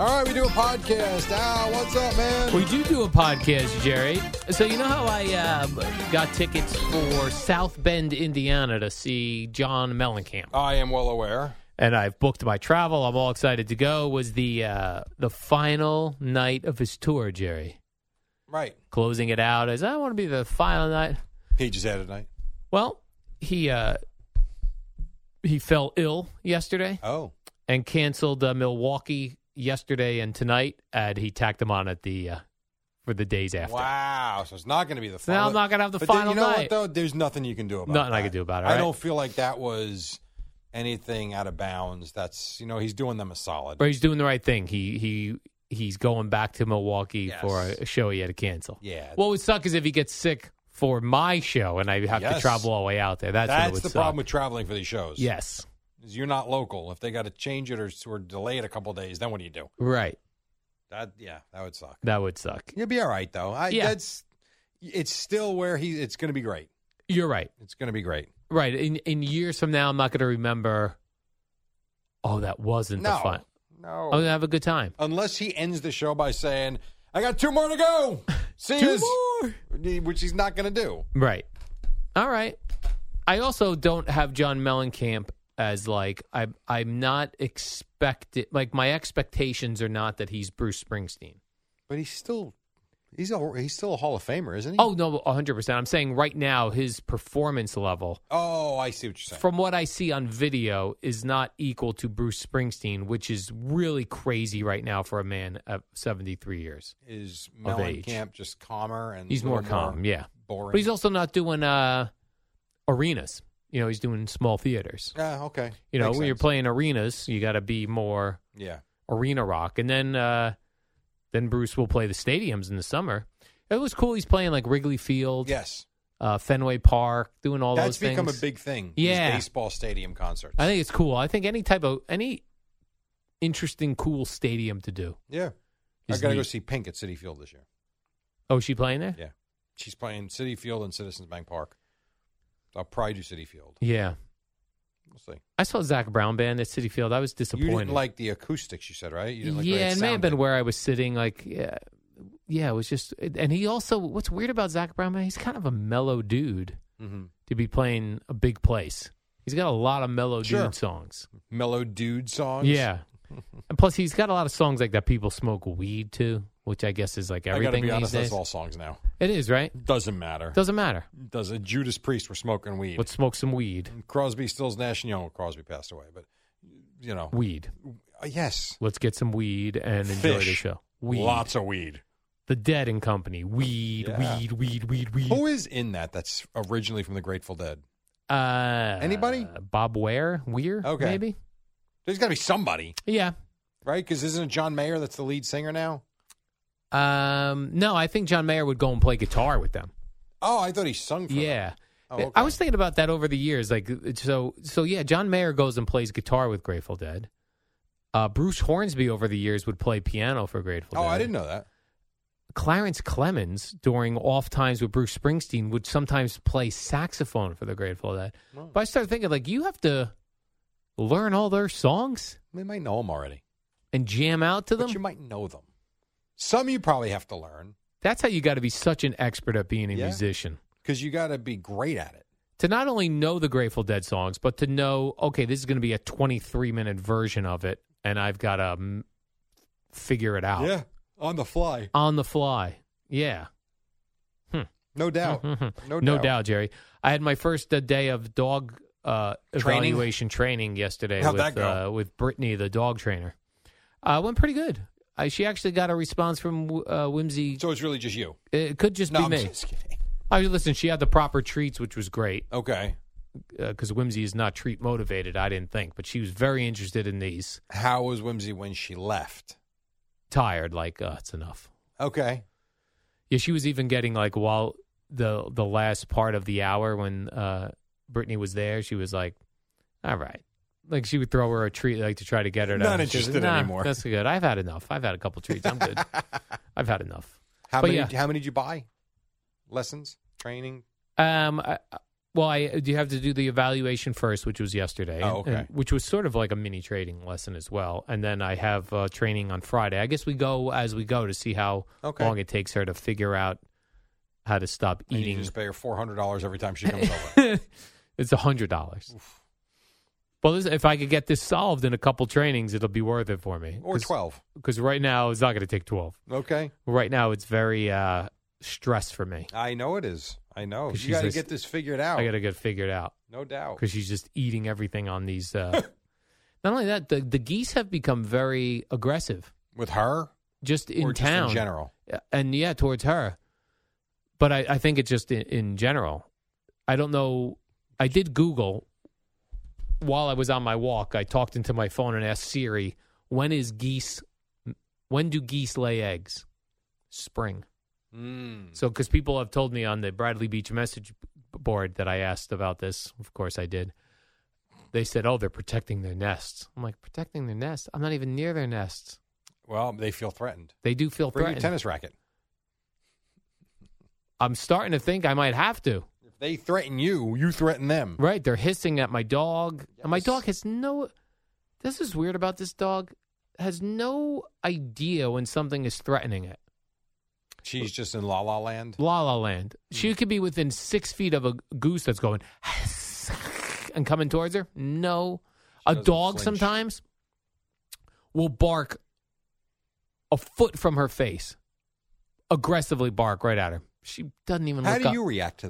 All right, we do a podcast. Al, what's up, man? We do do a podcast, Jerry. So you know how I uh, got tickets for South Bend, Indiana, to see John Mellencamp, I am well aware. and I've booked my travel. I'm all excited to go. Was the uh, the final night of his tour, Jerry? Right. Closing it out as I want to be the final night. He just had a night. Well, he uh, he fell ill yesterday. Oh. and canceled uh, Milwaukee yesterday and tonight, and he tacked them on at the uh, for the days after. Wow. So it's not going to be the So now final. I'm not gonna have the but final You know night. what, though? There's nothing you can do about Nothing I that. can do about it, I right? don't feel like that was anything out of bounds. That's, you know, he's doing them a solid. But he's doing the right thing. He he he's going back to Milwaukee Yes. for a show he had to cancel. Yeah. What would suck is if he gets sick for my show and I have Yes. to travel all the way out there. That's, what it That's would the suck. problem with traveling for these shows. yes, Is you're not local. If they got to change it or, or delay it a couple days, then what do you do? right. That yeah, that would suck. That would suck. You'll be all right though. I, Yeah. That's it's still where he. It's going to be great. You're right. It's going to be great. Right. In in years from now, I'm not going to remember. Oh, that wasn't No, the fun. no. I'm going to have a good time. Unless he ends the show by saying, "I got two more to go." See Two yous," which he's not going to do. Right. All right. I also don't have John Mellencamp as like I I'm not expected like my expectations are not that he's Bruce Springsteen. But he's still he's a he's still a Hall of Famer, isn't he? Oh no, 100%. I'm saying right now his performance level oh, I see what you're saying. from what I see on video is not equal to Bruce Springsteen, which is really crazy right now for a man of 73 years. is of age. Mellencamp just calmer and He's a little more calm, yeah. boring. But he's also not doing uh arenas. You know, he's doing small theaters. yeah, okay. You know, Makes when you're sense. playing arenas, you got to be more yeah, arena rock, and then uh, then Bruce will play the stadiums in the summer. It was cool. He's playing like Wrigley Field, yes, uh, Fenway Park, doing all that's those things. become a big thing. Yeah. these baseball stadium concerts. I think it's cool. I think any type of any interesting, cool stadium to do. yeah, I is got to go neat. see Pink at City Field this year. Oh, is she playing there? Yeah. She's playing City Field and Citizens Bank Park. I'll probably do City Field. Yeah. We'll see. I saw Zach Brown band at City Field. I was disappointed. You didn't like the acoustics, you said, right? You didn't like the way yeah, it, may have been sounded. where I was sitting. Like, yeah, yeah, it was just. And he also, what's weird about Zach Brown, man, he's kind of a mellow dude Mhm. to be playing a big place. He's got a lot of mellow Sure. Oh, dude songs. mellow dude songs. Yeah. and plus, he's got a lot of songs like that people smoke weed to, which I guess is like I gotta everything be honest, these that's days. all songs now. It is, right? Doesn't matter. Doesn't matter. Doesn't Judas Priest were smoking weed. Let's smoke some weed. Crosby, Stills, Nash, and Young. Well, Crosby passed away, but you know, Weed. Uh, yes, Let's get some weed and enjoy the Fish. show. Weed. lots of weed. The Dead and Company. Weed, Yeah. weed, weed, weed, weed. Who is in that? That's originally from the Grateful Dead. uh, Anybody? Bob Ware? Weir? Okay. Maybe? There's got to be somebody, Yeah. right? Because isn't it John Mayer that's the lead singer now? Um, no, I think John Mayer would go and play guitar with them. Oh, I thought he sung for them. Yeah. Oh, okay. I was thinking about that over the years. Like so so yeah, John Mayer goes and plays guitar with Grateful Dead. Uh, Bruce Hornsby over the years would play piano for Grateful Oh, Dead. I didn't know that. Clarence Clemens during off times with Bruce Springsteen would sometimes play saxophone for the Grateful Dead. Oh. But I started thinking like you have to learn all their songs They might know them already, and jam out to but them. you might know them. Some you probably have to learn That's how you got to be such an expert at being a Yeah. musician. because you got to be great at it. To not only know the Grateful Dead songs, but to know, okay, this is going to be a 23 minute version of it, and I've got to um, figure it out on the fly, on the fly. Yeah. no doubt, Oh, no doubt. No doubt, Jerry. I had my first uh, day of dog uh, Training? evaluation training yesterday How'd with that go? Uh, with Brittany, the dog trainer. Uh, went pretty good. I, she actually got a response from uh, Whimsy. So it's really just you. It could just No, be I'm me. just kidding. I mean, listen, she had the proper treats, which was great Okay, because uh, Whimsy is not treat motivated. I didn't think, but she was very interested in these. how was Whimsy when she left? Tired, like uh, it's enough. Okay, Yeah, she was even getting like while the the last part of the hour when uh Brittany was there, she was like, "All right." Like she would throw her a treat, like to try to get her to. Not she was, interested "Nah, anymore." That's good. I've had enough. I've had a couple treats. I'm good. I've had enough. how But many? yeah. How many did you buy? Lessons, training. Um, I, I- well, I do you have to do the evaluation first, which was yesterday, Oh, and- okay. which was sort of like a mini trading lesson as well. And then I have uh, training on Friday. I guess we go as we go to see how Okay. long it takes her to figure out how to stop And eating You just pay her four hundred dollars every time she comes over. it's a hundred dollars. Well, this, if I could get this solved in a couple trainings, it'll be worth it for me. or 12. Because right now it's not going to take twelve. Okay. Right now it's very uh, stress for me. I know it is. I know. 'Cause she's You got to just- get this figured out. I got to get it figured out no doubt. because she's just eating everything on these. Uh... not only that, the the geese have become very aggressive With her just in or just town in general. Uh, and yeah, towards her. But I, I think it's just in, in general. I don't know. I did Google while I was on my walk. I talked into my phone and asked Siri, "When is geese? When do geese lay eggs? Spring." Mm. So, because people have told me on the Bradley Beach message board that I asked about this, of course I did. They said, "Oh, they're protecting their nests." I'm like, "Protecting their nests? I'm not even near their nests. Well, they feel threatened. They do feel Bring your threatened." tennis racket. I'm starting to think I might have to. If they threaten you, you threaten them. Right, they're hissing at my dog. And my Yes. dog has no This is weird about this dog. Has no idea when something is threatening it. She's just in la la land. La La Land. Mm. She could be within six feet of a goose that's going and coming towards her. No, a doesn't dog flinch. sometimes will bark a foot from her face, aggressively bark right at her. She doesn't even. How look do up. you react to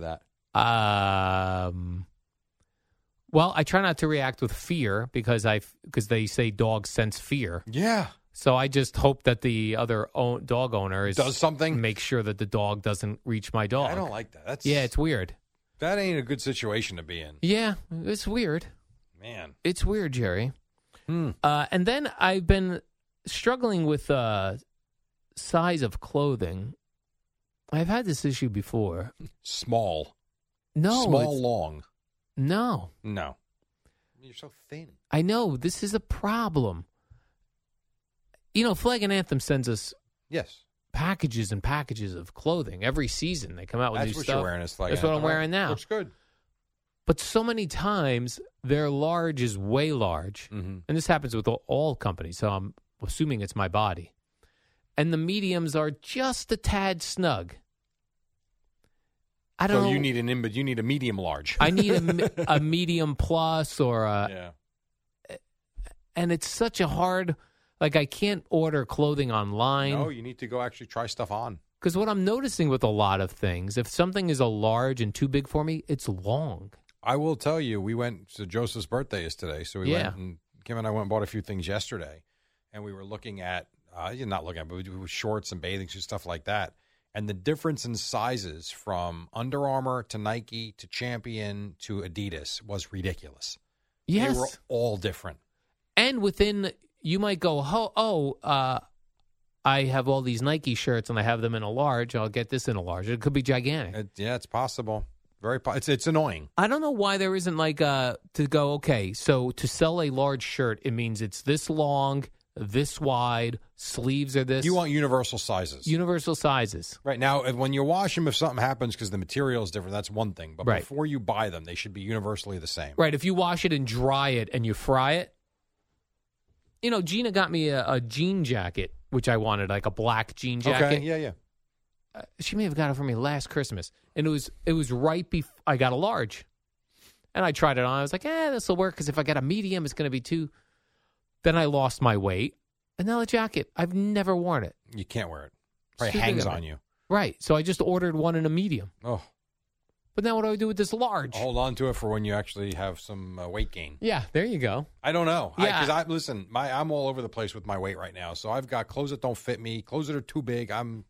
that? Um. Well, I try not to react with fear because I because they say dogs sense fear. Yeah. So I just hope that the other own, dog owner is Does something? make sure that the dog doesn't reach my dog. I don't like that. That's Yeah, it's weird. that ain't a good situation to be in. Yeah, it's weird. Man. It's weird, Jerry. Hmm. Uh, and then I've been struggling with uh, size of clothing. I've had this issue before. Small. No, Small it's- long. no, No. You're so thin. I know this is a problem. You know, Flag and Anthem sends us Yes. packages and packages of clothing every season. They come out with That's new what stuff. you're wearing. It's like That's what I'm wearing now. Looks good. But so many times their large is way large, Mm-hmm. and this happens with all, all companies. So I'm assuming it's my body, and the mediums are just a tad snug. I don't So know. you need an in, but you need a medium large. I need a, me- a medium plus or a, yeah. and it's such a hard. Like I can't order clothing online. No, you need to go actually try stuff on. Because what I'm noticing with a lot of things, if something is a large and too big for me, it's long. I will tell you, we went to Joseph's birthday is today, so we Yeah. went and Kim and I went and bought a few things yesterday, and we were looking at uh, you're not looking at, but we do shorts and bathing suits stuff like that, and the difference in sizes from Under Armour to Nike to Champion to Adidas was ridiculous. Yes. they were all different. and within, you might go, oh, oh uh, I have all these Nike shirts and I have them in a large. I'll get this in a large. It could be gigantic. It, yeah, it's possible. Very, po- it's it's annoying. I don't know why there isn't like uh to go okay so to sell a large shirt it means it's this long this wide, sleeves are this. You want universal sizes. universal sizes. Right now, if- when you wash them, if something happens because the material is different, that's one thing. But Right. before you buy them, they should be universally the same. Right. If you wash it and dry it and you fry it, you know, Gina got me a, a jean jacket, which I wanted, like a black jean jacket. Okay. Yeah, yeah. Uh, She may have got it for me last Christmas, and it was it was right before I got a large, and I tried it on. I was like, eh, this will work because if I get a medium, it's going to be too. Then I lost my weight, and now the jacket I've never worn it. You can't wear it. Probably Speaking hangs of on it. you. Right. So I just ordered one in a medium. Oh, But now what do I do with this large? hold on to it for when you actually have some uh, weight gain. Yeah, there you go. I don't know. I- Yeah. 'cause I, listen, my I'm all over the place with my weight right now. So I've got clothes that don't fit me, clothes that are too big. I'm,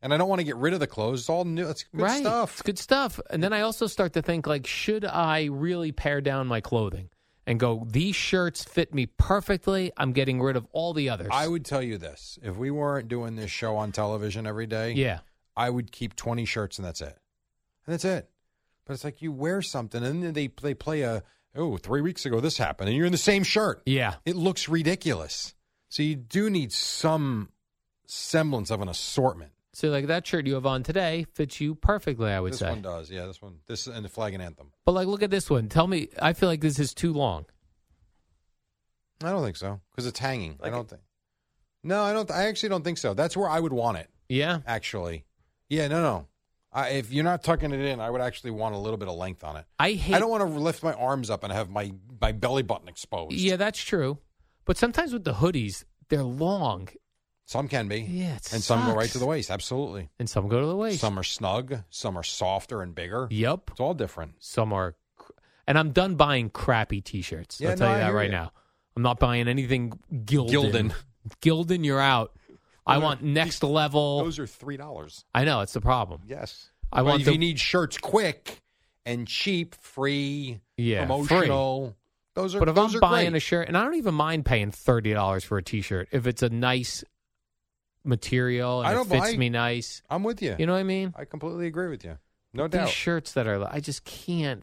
and I don't want to get rid of the clothes. It's all new. It's good right. It's stuff. good stuff. And then I also start to think like, should I really pare down my clothing and go? These shirts fit me perfectly. I'm getting rid of all the others. I would tell you this: if we weren't doing this show on television every day, Yeah. I would keep 20 shirts and that's it. And that's it. But it's like you wear something and then they they play a oh, three weeks ago this happened and you're in the same shirt. Yeah. It looks ridiculous. So you do need some semblance of an assortment. So like that shirt you have on today fits you perfectly. I would this say. one does. Yeah, this one. This and the flag and anthem. But like, look at this one. Tell me, I feel like this is too long. I don't think so because it's hanging. Like I don't think. No, I don't. I actually don't think so. That's where I would want it. Yeah. Actually, yeah. No, no. I, if you're not tucking it in, I would actually want a little bit of length on it. I hate. I don't want to lift my arms up and have my, my belly button exposed. Yeah, that's true. But sometimes with the hoodies, they're long, Some can be. Yeah, it And some go right sucks. to the waist. Absolutely. and some go to the waist. Some are snug. Some are softer and bigger. Yep. It's all different. Some are, cr- and I'm done buying crappy T-shirts. Yeah, I'll tell no, you I that hear right you. now. I'm not buying anything Gildan. Gildan. Gildan, you're out. I Those are- want next level. Those are three dollars. I know it's the problem. Yes. I Well, want if the you need shirts quick and cheap, free, Yeah, promotional. Those are But if those I'm are buying great. a shirt, and I don't even mind paying thirty dollars for a T-shirt if it's a nice material and I it don't fits buy- me nice. I'm with you. You know what I mean? I completely agree with you. No These doubt. shirts that are, I just can't.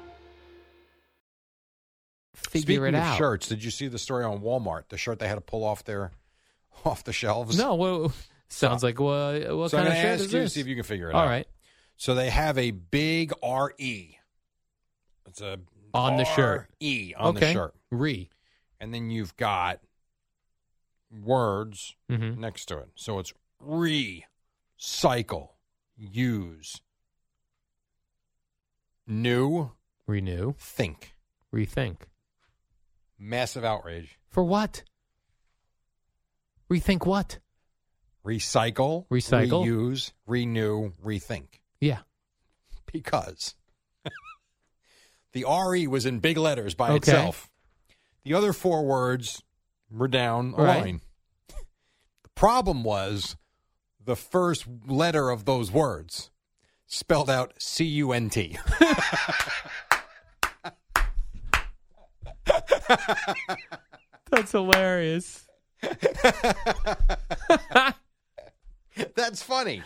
figure Speaking it of out. shirts, did you see the story on Walmart? The shirt they had to pull off their off the shelves. No, well, sounds like well, what Uh, so kind of I'm gonna shirt ask is you to this? see if you can figure it out. All right, So they have a big RE. It's a On the shirt. E on okay. the shirt. Re. And then you've got words Mhm. next to it. So it's recycle, use, new, Renew. think. Rethink. Massive outrage. For what? Rethink what? Recycle, Recycle. reuse, renew, rethink. Yeah. because the RE was in big letters by Okay. itself. The other four words were down a Right. line. The problem was the first letter of those words spelled out C U N T. That's hilarious. That's funny.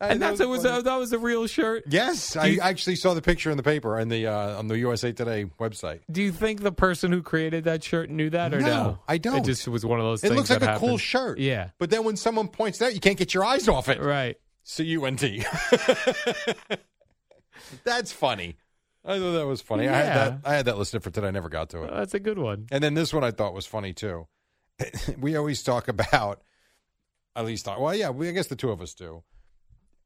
And that's it was uh, funny. that was a real shirt. Yes, I actually saw the picture in the paper and the uh, on the USA Today website. Do you think the person who created that shirt knew that or no? No, I It don't. just was one of those. It things looks like a that cool happens. shirt. Yeah, But then when someone points it out, you can't get your eyes off it. right. C U N T. That's funny. I thought that was funny. I had Yeah. that. I had that listed for today. I never got to it. That's a good one. And then this one I thought was funny too. we always talk about, at least, I- well, yeah, we, I guess the two of us do.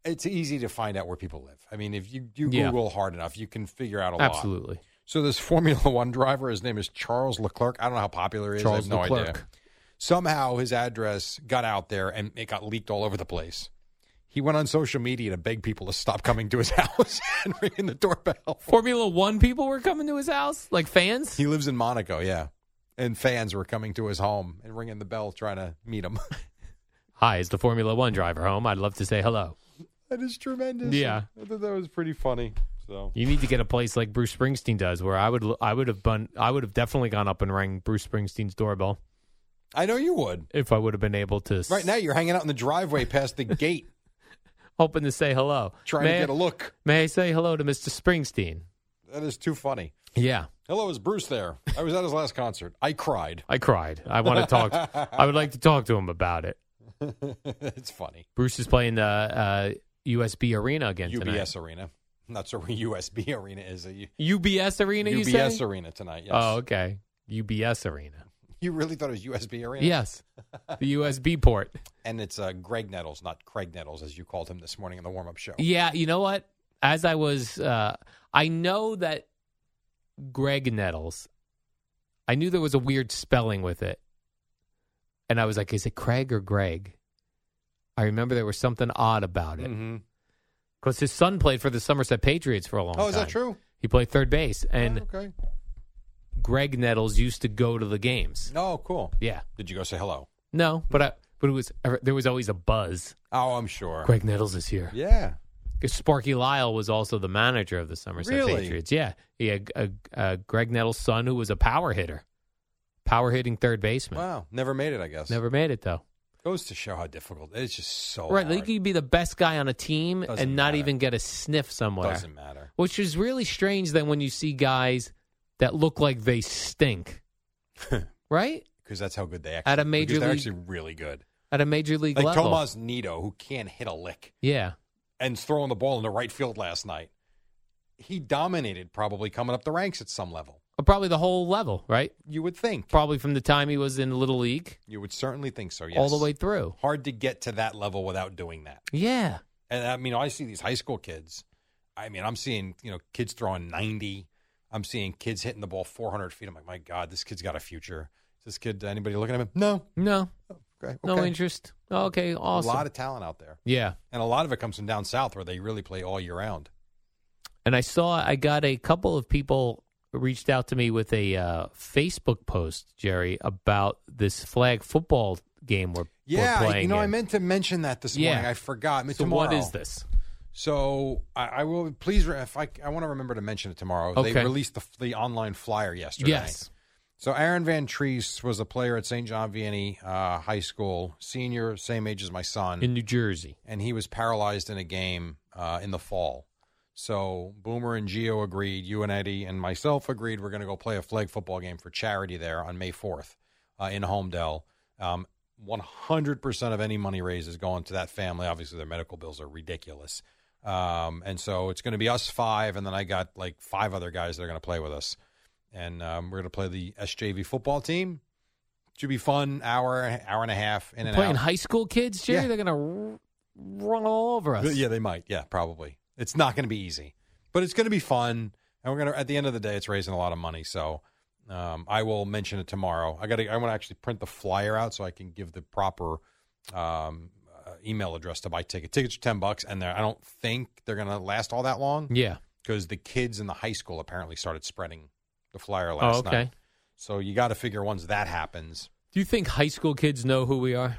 It's easy to find out where people live. I mean, if you, you Yeah. Google hard enough, you can figure out a lot. Absolutely. So this Formula One driver, his name is Charles Leclerc. I don't know how popular he is. Charles I have no Leclerc. idea. Somehow his address got out there and it got leaked all over the place. He went on social media to beg people to stop coming to his house and ringing the doorbell. Formula One people were coming to his house, like fans. He lives in Monaco, yeah. and fans were coming to his home and ringing the bell trying to meet him. Hi, is the Formula One driver home? I'd love to say hello. that is tremendous. Yeah. I thought that was pretty funny. So You need to get a place like Bruce Springsteen does, where I would I would have been I would have definitely gone up and rang Bruce Springsteen's doorbell I know you would. if I would have been able to. s- Right now, you're hanging out in the driveway past the gate, hoping to say hello, trying may, to get a look. May I say hello to Mr. Springsteen? That is too funny. Yeah, Hello, is Bruce there? I was at his last concert. I cried. I cried. I want to talk. I would like to talk to him about it. it's funny. Bruce is playing the uh, USB Arena again UBS tonight. Arena. I'm not sure where USB Arena is. A U- UBS Arena. you say? UBS Arena tonight. Yes. Oh, okay. UBS Arena. You really thought it was USB Arena? Yes, the USB port. And it's uh, Greg Nettles, not Craig Nettles, as you called him this morning in the warm up show. Yeah, you know what? As I was, uh, I know that Greg Nettles. I knew there was a weird spelling with it, and I was like, "Is it Craig or Greg?" I remember there was something odd about it Mm-hmm. because his son played for the Somerset Patriots for a long time. Oh, is that true? He played third base, and Oh, okay. Greg Nettles used to go to the games. Oh, cool. Yeah, Did you go say hello? no, but I, but it was there was always a buzz. Oh, I'm sure. Greg Nettles is here. Yeah. Sparky Lyle was also the manager of the Somerset Really? Patriots. Yeah, he had a, a Greg Nettles' son who was a power hitter, power hitting third baseman. Wow. Never made it, I guess. Never made it though. Goes to show how difficult. It's just so right, hard. like you could be the best guy on a team Doesn't and not matter. even get a sniff somewhere, Doesn't matter. which is really strange. Then when you see guys that look like they stink, right Because that's how good they actually At a because major They're league actually really good. at a major league Like level. Tomas Nito, who can't hit a lick Yeah, and is throwing the ball in the right field last night. He dominated probably coming up the ranks at some level. Uh, probably the whole level, right? You would think. Probably from the time he was in little league You would certainly think so, yes. all the way through. Hard to get to that level without doing that. Yeah, And I mean, I see these high school kids. I mean, I'm seeing you know kids throwing 90. I'm seeing kids hitting the ball 400 feet. I'm like, my God, this kid's got a future. Is this kid anybody looking at him? No. no, Okay. no okay. interest. Okay, awesome. A lot of talent out there, yeah. and a lot of it comes from down south where they really play all year round. And I saw I got a couple of people reached out to me with a uh, Facebook post, Jerry, about this flag football game we're, we're Yeah, playing. you know, I in. meant to mention that this Yeah. morning. I forgot. I mean, So tomorrow. what is this? So I, I will please. re- If I, I want to remember to mention it tomorrow. They Okay. released the, the online flyer yesterday. Yes, So Aaron Van Treese was a player at St. John Vianney uh, High School, senior, same age as my son, in New Jersey. and he was paralyzed in a game uh, in the fall. So Boomer and Geo agreed, you and Eddie and myself agreed, we're going to go play a flag football game for charity there on May 4th uh, in Homedale. Um, 100% of any money raised is going to that family. Obviously, their medical bills are ridiculous. Um, and so it's going to be us five, and then I got like five other guys that are going to play with us and um, we're going to play the SJV football team. Should be fun. Hour, hour and a half in and Playing out. high school kids, Jerry, Yeah. they're gonna r- run all over us. yeah, they might. Yeah, probably. It's not going to be easy, but it's going to be fun. And we're going to. At the end of the day, it's raising a lot of money. So um, I will mention it tomorrow. I got. to I want to actually print the flyer out so I can give the proper um, uh, email address to buy tickets. Tickets are ten bucks, and they're- I don't think they're going to last all that long Yeah. because the kids in the high school apparently started spreading the flyer last Oh, okay. night. So you got to figure once that happens. Do you think high school kids know who we are?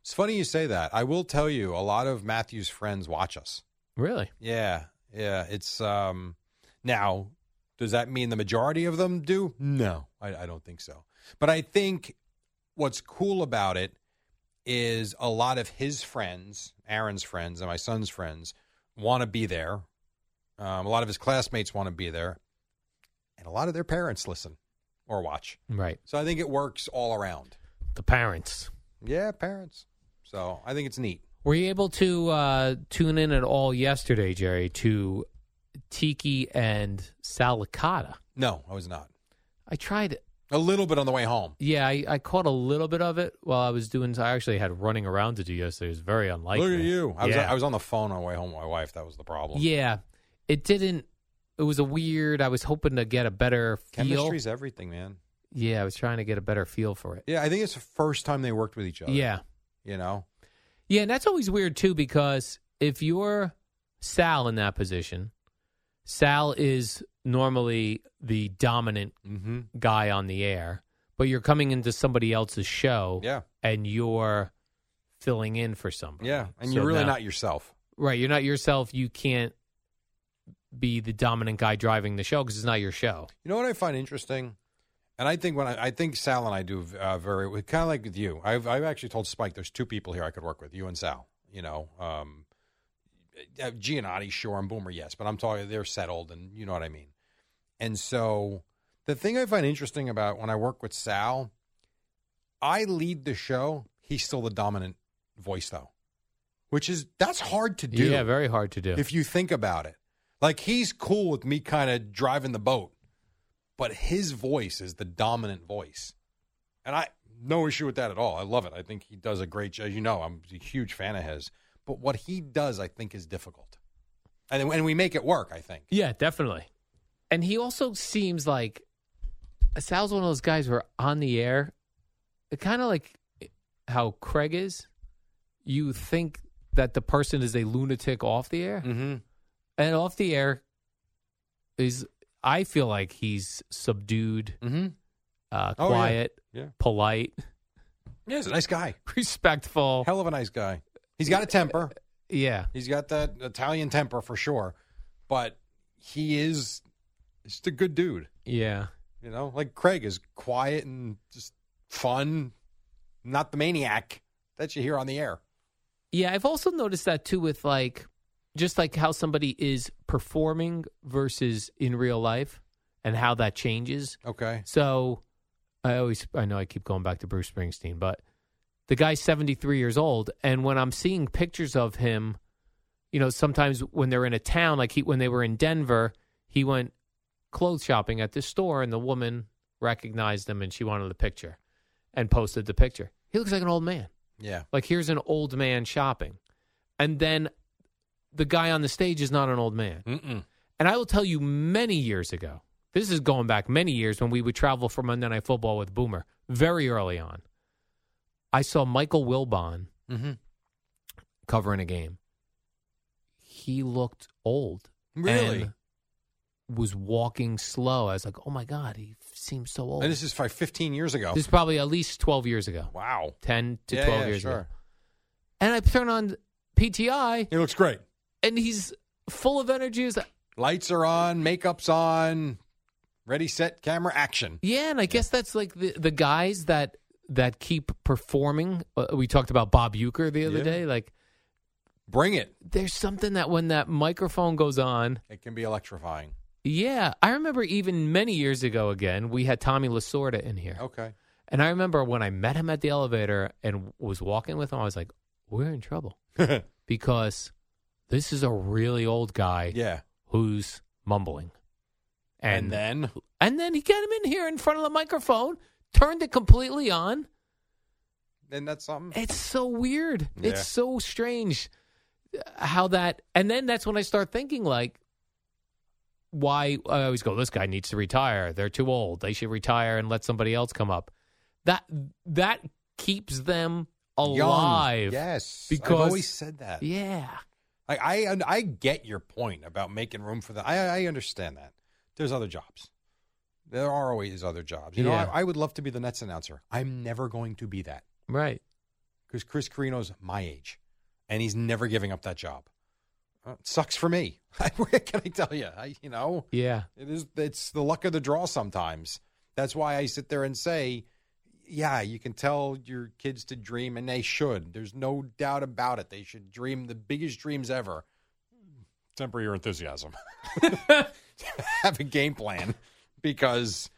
It's funny you say that. I will tell you, a lot of Matthew's friends watch us. Really? Yeah, yeah. It's um now. Does that mean the majority of them do? No, I, I don't think so. But I think what's cool about it is a lot of his friends, Aaron's friends, and my son's friends want to be there. Um, a lot of his classmates want to be there, and a lot of their parents listen or watch. Right. So I think it works all around. The parents. Yeah, parents. So I think it's neat. Were you able to uh, tune in at all yesterday, Jerry, to Tiki and Salicata? No, I was not. I tried A little bit on the way home. Yeah, I, I caught a little bit of it while I was doing. I actually had running around to do yesterday. It was very unlikely. Look at you. I was yeah. I was on the phone on the way home with my wife. That was the problem. yeah, it didn't. It was a weird. I was hoping to get a better feel. Chemistry's everything, man. Yeah, I was trying to get a better feel for it. Yeah, I think it's the first time they worked with each other. Yeah, You know? yeah, and that's always weird too because if you're Sal in that position, Sal is normally the dominant Mm-hmm. guy on the air, But you're coming into somebody else's show Yeah. and you're filling in for somebody. Yeah. And So you're really now- not yourself. Right. You're not yourself. You can't be the dominant guy driving the show because it's not your show. You know what I find interesting, and I think when I, I think Sal and I do uh, very kind of like with you. I've I've actually told Spike there's two people here I could work with, you and Sal. You know, um, uh, Giannotti, sure, and Boomer, yes, but I'm talking they're settled, and you know what I mean. And so the thing I find interesting about when I work with Sal, I lead the show. He's still the dominant voice though, which is that's hard to do Yeah, very hard to do. if you think about it. Like he's cool with me kind of driving the boat, but his voice is the dominant voice. And I no issue with that at all. I love it. I think he does a great job. You know, I'm a huge fan of his. But what he does, I think, is difficult. And, and we make it work, I think. yeah, definitely. And he also seems like uh, Sal's one of those guys who are on the air, kind of like eh, how Craig is. You think that the person is a lunatic off the air, Mm-hmm. and off the air is. I feel like he's subdued, Mm-hmm. uh, Oh, yeah. quiet, Yeah. polite, Yeah, he's a nice guy. respectful. Hell of a nice guy. He's got a temper. yeah, He's got that Italian temper for sure. But he is just a good dude. yeah. You know, like Craig is quiet and just fun, not the maniac that you hear on the air. Yeah, I've also noticed that too with like just like how somebody is performing versus in real life and how that changes. Okay. So I always I know I keep going back to Bruce Springsteen, but the guy's 73 years old and when I'm seeing pictures of him, you know, sometimes when they're in a town like he when they were in Denver, he went clothes shopping at this store and the woman recognized him and she wanted the picture and posted the picture. He looks like an old man Yeah. like here's an old man shopping and then the guy on the stage is not an old man Mm-mm. and i will tell you many years ago this is going back many years when we would travel for monday night football with boomer very early on i saw michael wilbon Mhm. covering a game he looked old Really? And, and was walking slow i was like oh my god he seems so old this is five, 15 years ago. this is probably at least 12 years ago wow. 10 to Yeah, 12 yeah, years sure. ago and I turn on PTI, He looks great. and he's full of energy. He's like, Lights are on, makeup's on, ready, set, camera, action. yeah, and I guess that's like the the guys that that keep performing. Uh, we talked about Bob Euchre the other Yeah. day. Like, Bring it. there's something that when that microphone goes on, It can be electrifying. yeah. I remember even many years ago. Again, we had Tommy Lasorda in here, Okay. and I remember when I met him at the elevator and was walking with him. I was like, we're in trouble because this is a really old guy yeah. who's mumbling, And, then And then he got him in here in front of the microphone, turned it completely on. then that's something. It's so weird. Yeah. It's so strange uh, how that. And then that's when I start thinking, like, why I always go, this guy needs to retire. They're too old. They should retire and let somebody else come up. That that keeps them Young. alive. Yes. Because- I've always said that. Yeah. Like I und- I get your point about making room for the. I I understand that. There's other jobs. There are always other jobs. You know, Yeah. I, I would love to be the Nets announcer. I'm never going to be that Right. because Chris Carino's my age, and he's never giving up that job. Uh, it sucks for me. what can I tell you? I, you know, Yeah. it is. It's the luck of the draw sometimes. That's why I sit there and say, yeah, you can tell your kids to dream, and they should. There's no doubt about it. They should dream the biggest dreams ever. Temper your enthusiasm. Have a game plan because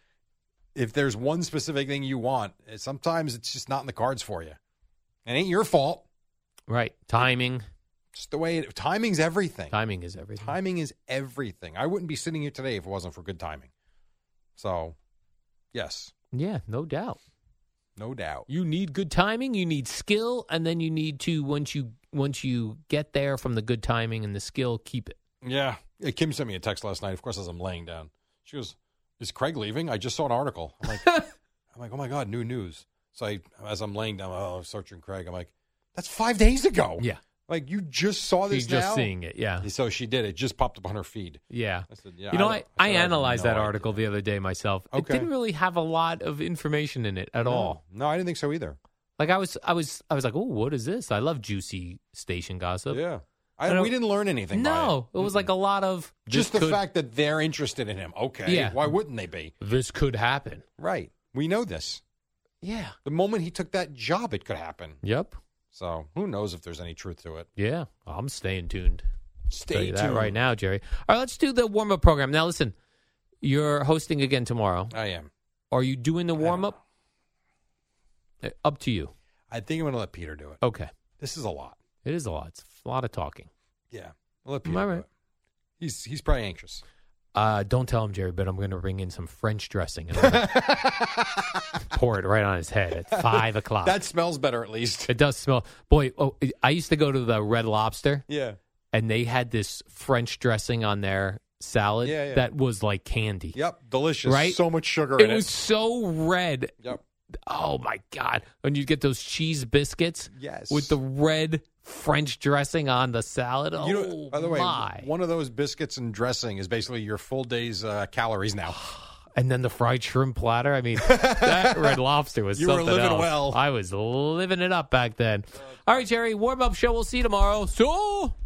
if there's one specific thing you want, eh, sometimes it's just not in the cards for you. It ain't your fault. Right. Timing. It's the way it, timing's everything. Timing is everything. Timing is everything. I wouldn't be sitting here today if it wasn't for good timing. So, yes, Yeah, no doubt. no doubt. you need good timing you need skill and then you need to once you once you get there from the good timing and the skill keep it Yeah. Uh, Kim sent me a text last night, of course, as I'm laying down. She goes, Is Craig leaving? I just saw an article. I'm like, I'm like, oh my God, new news. So I, as I'm laying down, oh, I'm searching Craig. I'm like, that's five days ago. yeah Like you just saw this She's just now? seeing it. Yeah. So she did. It just popped up on her feed. Yeah. I said, yeah. you know, don't- I, I, said, have analyzed no that idea. article the other day myself. Okay. It didn't really have a lot of information in it at No. all. No, I didn't think so either. Like I was, I was, I was like, oh, what is this? I love juicy station gossip. yeah. I I, don't- we didn't learn anything. by No, it was like a lot of it. just the this could- fact that they're interested in him. Okay. Yeah. Why wouldn't they be? this could happen. Right. We know this. Yeah. The moment he took that job, it could happen. Yep. So who knows if there's any truth to it? Yeah. I'm staying tuned. Tell Stay you tuned. that right now, Jerry. All right, let's do the warm up program. Now, listen, you're hosting again tomorrow. I am. Are you doing the don't warm up? Up to you. I think I'm going to let Peter do it. Okay. This is a lot. It is a lot. It's a lot of talking. Yeah. I'll let Am Peter I do right? it. He's he's probably anxious. Uh, don't tell him, Jerry, but I'm going to bring in some French dressing and I'm gonna pour it right on his head at five o'clock. That smells better, at least. it does smell. Boy, oh, I used to go to the Red Lobster, Yeah. and they had this French dressing on their salad Yeah, yeah. that was like candy. Yep. Delicious. Right? So much sugar It in was so red. it. Yep. Oh my god! And you get those cheese biscuits Yes. with the red French dressing on the salad. Oh You know, by the way, my! one of those biscuits and dressing is basically your full day's uh, calories now. and then the fried shrimp platter. I mean, that Red Lobster was You were something living else. well. I was living it up back then. All right, Jerry, warm up show. We'll see you tomorrow. So.